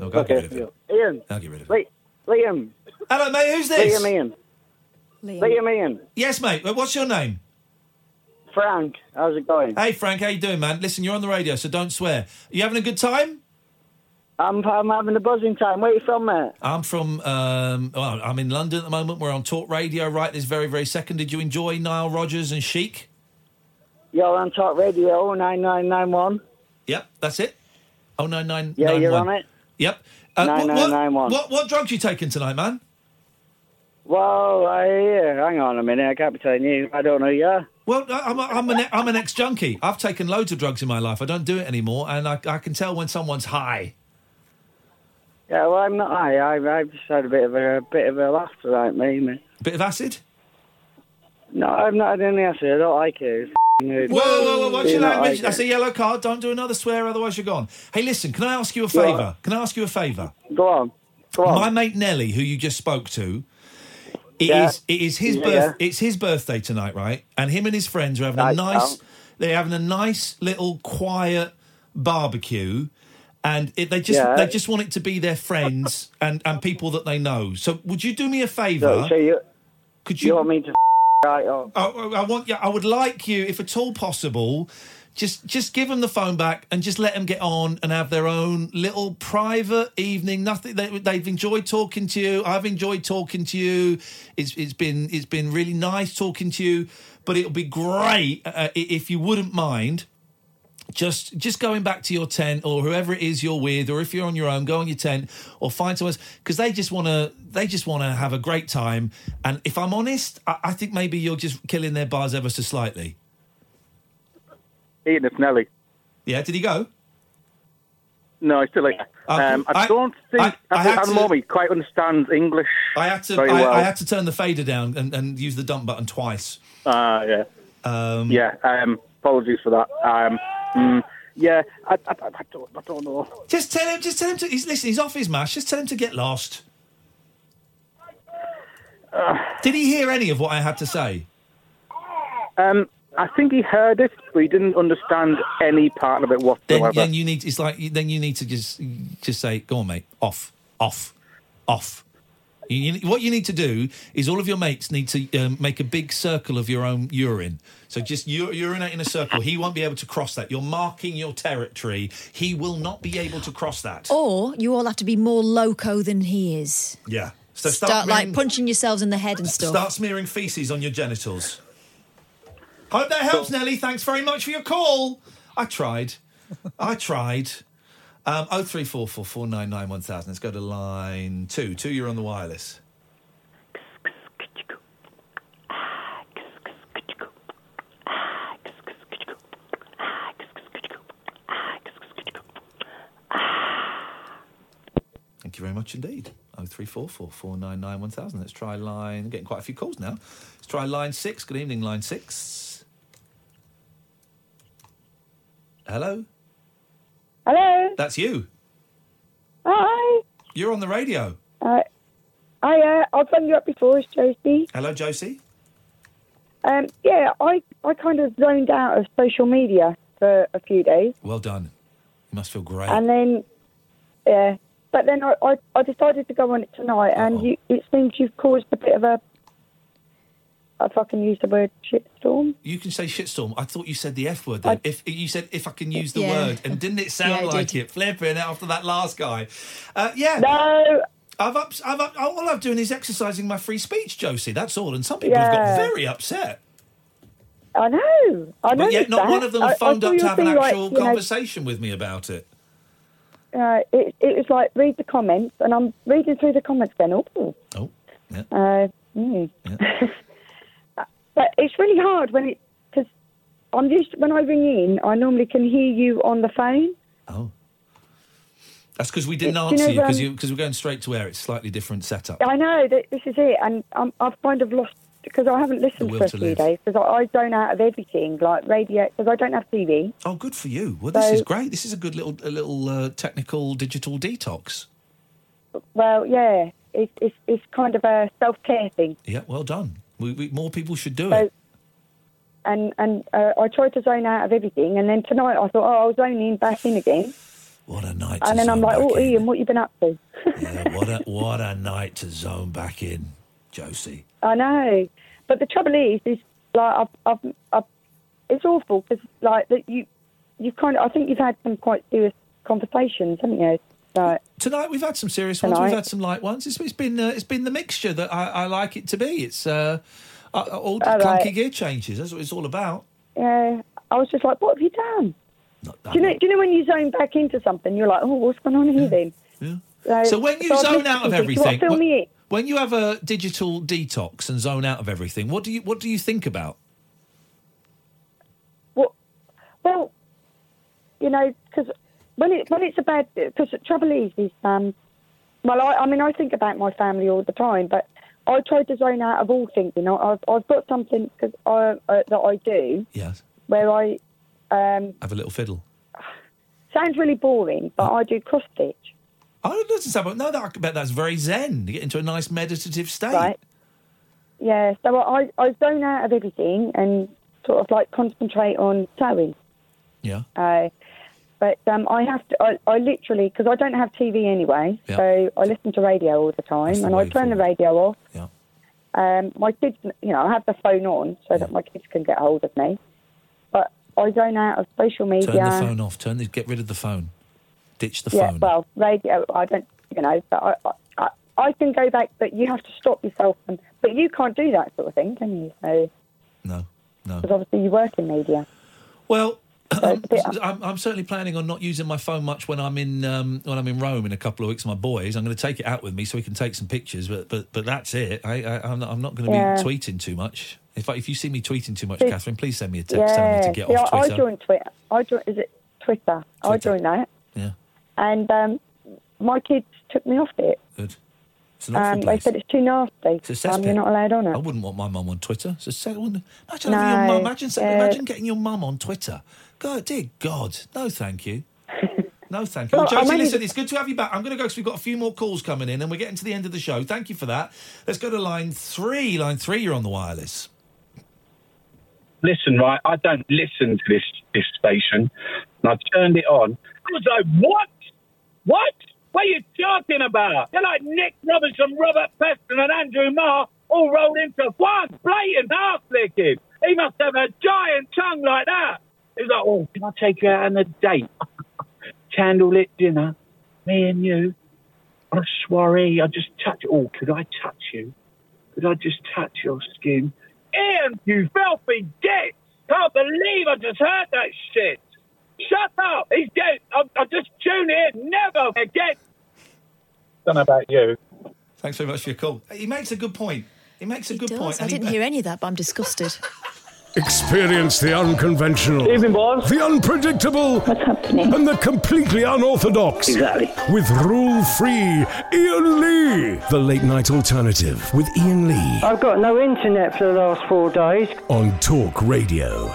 Speaker 3: Okay, I'll get rid of him.
Speaker 11: Ian.
Speaker 3: I'll get rid of
Speaker 11: Li- Liam.
Speaker 3: Hello, mate. Who's this?
Speaker 11: Liam Ian.
Speaker 4: Liam,
Speaker 11: Ian.
Speaker 3: Yes, mate. Well, What's your name?
Speaker 11: Frank. How's it going?
Speaker 3: Hey, Frank. How you doing, man? Listen, you're on the radio, so don't swear. you having a good time?
Speaker 11: I'm, I'm having a buzzing time. Where you from, mate?
Speaker 3: I'm from. Um, well, I'm in London at the moment. We're on Talk Radio right this very, very second. Did you enjoy Nile Rodgers and Chic?
Speaker 11: You're on Talk Radio oh 9991.
Speaker 3: Yep, that's it. Oh nine nine.
Speaker 11: Yeah,
Speaker 3: nine
Speaker 11: you're
Speaker 3: one.
Speaker 11: on it.
Speaker 3: Yep. Uh,
Speaker 11: Nine,
Speaker 3: what,
Speaker 11: nine,
Speaker 3: what,
Speaker 11: nine, one.
Speaker 3: What, what drugs you taking tonight, man?
Speaker 11: Well, I, yeah, hang on a minute. I can't be telling you. I don't know you. are.
Speaker 3: Well, I- I'm, a, I'm an I'm an ex junkie. I've taken loads of drugs in my life. I don't do it anymore, and I, I can tell when someone's high.
Speaker 11: Yeah, well, I'm not. I, I, I've just had a bit of a, a bit of a laugh tonight, me, mate.
Speaker 3: Bit of acid.
Speaker 11: No, I've not had any acid. I don't like it. It's f***ing
Speaker 3: Whoa, whoa, whoa!
Speaker 11: Do
Speaker 3: Watch your
Speaker 11: not like
Speaker 3: language.
Speaker 11: it.
Speaker 3: That's a yellow card. Don't do another swear, otherwise you're gone. Hey, listen. Can I ask you a
Speaker 11: Go on.
Speaker 3: favour? Can I ask you a favour?
Speaker 11: Go on. Go on.
Speaker 3: My mate Nelly, who you just spoke to, it is
Speaker 11: Yeah.
Speaker 3: it is his
Speaker 11: Yeah,
Speaker 3: birth. It's his birthday tonight, right? And him and his friends are having a
Speaker 11: Right,
Speaker 3: nice.
Speaker 11: pal.
Speaker 3: They're having a nice little quiet barbecue, and it, they just
Speaker 11: Yeah.
Speaker 3: they just want it to be their friends and and people that they know. So, would you do me a favour?
Speaker 11: So, so you,
Speaker 3: Could
Speaker 11: you want me to (laughs) f- right off?
Speaker 3: I, I want you. I would like you, if at all possible, just just give them the phone back and just let them get on and have their own little private evening. Nothing. They, they've enjoyed talking to you. I've enjoyed talking to you. It's it's been it's been really nice talking to you. But it'll be great uh, i- if you wouldn't mind. Just just going back to your tent or whoever it is you're with, or if you're on your own, go on your tent or find someone else because they just want to they just want to have a great time. And if I'm honest, I, I think maybe you're just killing their bars ever so slightly.
Speaker 12: Ian, it's Nelly.
Speaker 3: Yeah, did he go?
Speaker 12: No, he's still here. Um, I, don't think,
Speaker 3: I- I
Speaker 12: at,
Speaker 3: had
Speaker 12: the- at the
Speaker 3: to-
Speaker 12: moment, he quite understands English
Speaker 3: I had to
Speaker 12: very
Speaker 3: I,
Speaker 12: well.
Speaker 3: I had to turn the fader down and, and use the dump button twice.
Speaker 12: Ah, yeah. yeah, um, apologies for that. Um, mm, yeah, I, I, I, don't, I don't know.
Speaker 3: Just tell him. Just tell him to. He's listen. He's off his mash. Just tell him to get lost.
Speaker 12: Uh.
Speaker 3: Did he hear any of what I had to say?
Speaker 12: Um, I think he heard it, but he didn't understand any part of it
Speaker 3: Then,
Speaker 12: whatsoever.
Speaker 3: then you need. It's like you- then you need to just just say, "Go on, mate. Off, off, off." You, you- what you need to do is all of your mates need to um, make a big circle of your own urine. So just u- urinate in a circle. He won't be able to cross that. You're marking your territory. He will not be able to cross that.
Speaker 4: Or you all have to be more loco than he is.
Speaker 3: Yeah. So
Speaker 4: start
Speaker 3: start,
Speaker 4: like
Speaker 3: being-
Speaker 4: punching yourselves in the head and stuff.
Speaker 3: Start smearing feces on your genitals. Hope that helps, Nelly. Thanks very much for your call. I tried. I tried. Um, 0344 499 1000. Let's go to line two. Two, you're on the wireless. Thank you very much indeed. 0344 499 1000. Let's try line. I'm getting quite a few calls now. Let's try line six. Good evening, line six. Hello?
Speaker 15: Hello.
Speaker 3: That's you.
Speaker 15: Hi.
Speaker 3: You're on the radio.
Speaker 15: Uh, hi. Uh, I've rung you up before. It's Josie.
Speaker 3: Hello, Josie.
Speaker 15: Um, yeah, I, I kind of zoned out of social media for a few days,
Speaker 3: Well done. You must feel great.
Speaker 15: and then yeah, But then I, I, I decided to go on it tonight,
Speaker 3: Uh-huh.
Speaker 15: and you, it seems you've caused a bit of a. I fucking use the word shitstorm.
Speaker 3: You can say shitstorm. I thought you said the F word then. if you said if I can use the
Speaker 15: Yeah.
Speaker 3: word, and didn't it
Speaker 15: Yeah,
Speaker 3: sound
Speaker 15: I
Speaker 3: like
Speaker 15: did.
Speaker 3: it? Flipping after that last guy. Uh, yeah.
Speaker 15: No.
Speaker 3: I've ups, I've up, all I'm doing is exercising my free speech, Josie. That's all. And some people have
Speaker 15: Yeah.
Speaker 3: got very upset.
Speaker 15: I know. I know.
Speaker 3: But yet, not
Speaker 15: that.
Speaker 3: one of them
Speaker 15: I- I
Speaker 3: phoned
Speaker 15: saw
Speaker 3: up to
Speaker 15: your
Speaker 3: have an
Speaker 15: thing, like,
Speaker 3: actual
Speaker 15: you know,
Speaker 3: conversation with me about it.
Speaker 15: uh, it, it was like read the comments, and I'm reading through the comments. Then oh,
Speaker 3: oh, yeah.
Speaker 15: Uh, mm. (laughs) but it's really hard when it because I'm used when I ring in, I normally can hear you on the phone.
Speaker 3: That's because we didn't
Speaker 15: Do you
Speaker 3: answer
Speaker 15: know,
Speaker 3: you because
Speaker 15: um,
Speaker 3: you because we're going straight to air. It's slightly different setup.
Speaker 15: I know that this is it, and um, I've kind of lost because I haven't listened
Speaker 3: The will
Speaker 15: for a
Speaker 3: to
Speaker 15: few
Speaker 3: live.
Speaker 15: days because I, I zone out of everything like radio because I don't have TV.
Speaker 3: Oh, good for you. Well, this is
Speaker 15: So-
Speaker 3: great. This is a good little a little uh, technical digital detox.
Speaker 15: Well, yeah, it's it's it's kind of a self care thing.
Speaker 3: Yeah, well done. We, we, more people should do
Speaker 15: So-
Speaker 3: it.
Speaker 15: and and uh, I tried to zone out of everything. And then tonight I thought, oh, I'll zone in back in again.
Speaker 3: What a night!
Speaker 15: And
Speaker 3: to
Speaker 15: then I'm
Speaker 3: zone
Speaker 15: like,
Speaker 3: back
Speaker 15: oh,
Speaker 3: in.
Speaker 15: Ian, what you been up to?
Speaker 3: Yeah, what a what a night to zone back in, Josie.
Speaker 15: I know, but the trouble is, is like I've, I've, I've it's awful because like that you you kind of I think you've had some quite serious conversations, haven't you? Like
Speaker 3: Tonight we've had some serious ones. We've
Speaker 15: Tonight.
Speaker 3: had some light ones. It's, it's been uh, it's been the mixture that I, I like it to be. It's uh, uh, all the
Speaker 15: All
Speaker 3: clunky
Speaker 15: right.
Speaker 3: gear changes. That's what it's all about.
Speaker 15: yeah, I was just like, what have you done? do you know? Do you know when you zone back into something, you're like, oh, what's going on here then?
Speaker 3: So when you
Speaker 15: I've
Speaker 3: zone
Speaker 15: missed
Speaker 3: out of
Speaker 15: something. Do you
Speaker 3: everything,
Speaker 15: want to fill
Speaker 3: wh-
Speaker 15: me in?
Speaker 3: when you have a digital detox and zone out of everything, what do you what do you think about?
Speaker 15: Well, you know, because when it when it's a bad because the trouble is is um, well, I, I mean, I think about my family all the time, but I try to zone out of all thinking. I, I've I've got something cause I, uh, that I do
Speaker 3: Yes,
Speaker 15: where I um,
Speaker 3: have a little fiddle.
Speaker 15: sounds really boring, but I do cross stitch.
Speaker 3: I don't understand. But no, that, I bet that's very zen. You get into a nice meditative state.
Speaker 15: Right. Yeah, so I I zone out of everything and sort of like concentrate on sewing.
Speaker 3: Yeah.
Speaker 15: Uh, but um, I have to, I, I literally, because I don't have TV anyway,
Speaker 3: Yeah.
Speaker 15: so I listen to radio all the time
Speaker 3: the
Speaker 15: and I
Speaker 3: way
Speaker 15: turn the radio off. Um, my kids, you know, I have the phone on so that my kids can get hold of me. But I zone out of social media.
Speaker 3: Turn the phone off. Turn the, get rid of the phone. Ditch the
Speaker 15: yeah,
Speaker 3: phone.
Speaker 15: well, radio, I don't, you know, but I, I- I, I can go back, but you have to stop yourself. And, but you can't do that sort of thing, can you? So,
Speaker 3: No, no.
Speaker 15: Because obviously you work in media.
Speaker 3: Well, (clears throat) I'm, I'm, I'm certainly planning on not using my phone much when I'm in um, when I'm in Rome in a couple of weeks. with My boys, I'm going to take it out with me so we can take some pictures. But but but that's it. I, I I'm not, I'm not going to
Speaker 15: Yeah.
Speaker 3: be tweeting too much. If I, if you see me tweeting too much,
Speaker 15: See-
Speaker 3: Catherine, please send me a text telling me to get
Speaker 15: See,
Speaker 3: off
Speaker 15: I,
Speaker 3: Twitter.
Speaker 15: I joined Twitter. I joined, is it Twitter? I joined that.
Speaker 3: Yeah.
Speaker 15: And um, my kids took me off it.
Speaker 3: Good. It's an awful
Speaker 15: Um, they
Speaker 3: place.
Speaker 15: said it's too nasty.
Speaker 3: It's a Oh,
Speaker 15: um, you're
Speaker 3: cesspit.
Speaker 15: not allowed on
Speaker 3: I
Speaker 15: it.
Speaker 3: wouldn't want my mum on Twitter. It's a sad one. Imagine having your
Speaker 15: No,
Speaker 3: mum. Imagine, sa-
Speaker 15: yeah.
Speaker 3: imagine getting your mum on Twitter. God, dear God, no, thank you.
Speaker 15: (laughs)
Speaker 3: No, thank you.
Speaker 15: Well,
Speaker 3: Well, Josie,
Speaker 15: I'm only-
Speaker 3: listen, it's good to have you back. I'm going to go because we've got a few more calls coming in, and we're getting to the end of the show. Thank you for that. Let's go to line three. Line three, you're on the wireless.
Speaker 13: listen, right, I don't listen to this, this station. And I turned it on. I was like, what? What? What are you talking about? They're like Nick Robinson, Robert Peston, and Andrew Marr all rolled into one blatant ass licking. He must have a giant tongue like that. He was like, oh, can I take you out on a date? (laughs) Candlelit dinner, me and you. I'm sorry, I just touch. Oh, could I touch you? Could I just touch your skin? Ian, you filthy dick! Can't believe I just heard that shit. Shut up! He's dead. I, I just tune in. Never again. Don't know about you.
Speaker 3: Thanks very much for your call. He makes a good point. He makes a good point.
Speaker 4: I
Speaker 3: and he-
Speaker 4: didn't hear any of that, but I'm disgusted.
Speaker 16: Experience the unconventional.
Speaker 4: Evening,
Speaker 16: The unpredictable. And the completely unorthodox.
Speaker 17: Exactly.
Speaker 16: With rule free Ian Lee. The late night alternative with Ian Lee
Speaker 17: I've got no internet for the last four days.
Speaker 16: on Talk Radio.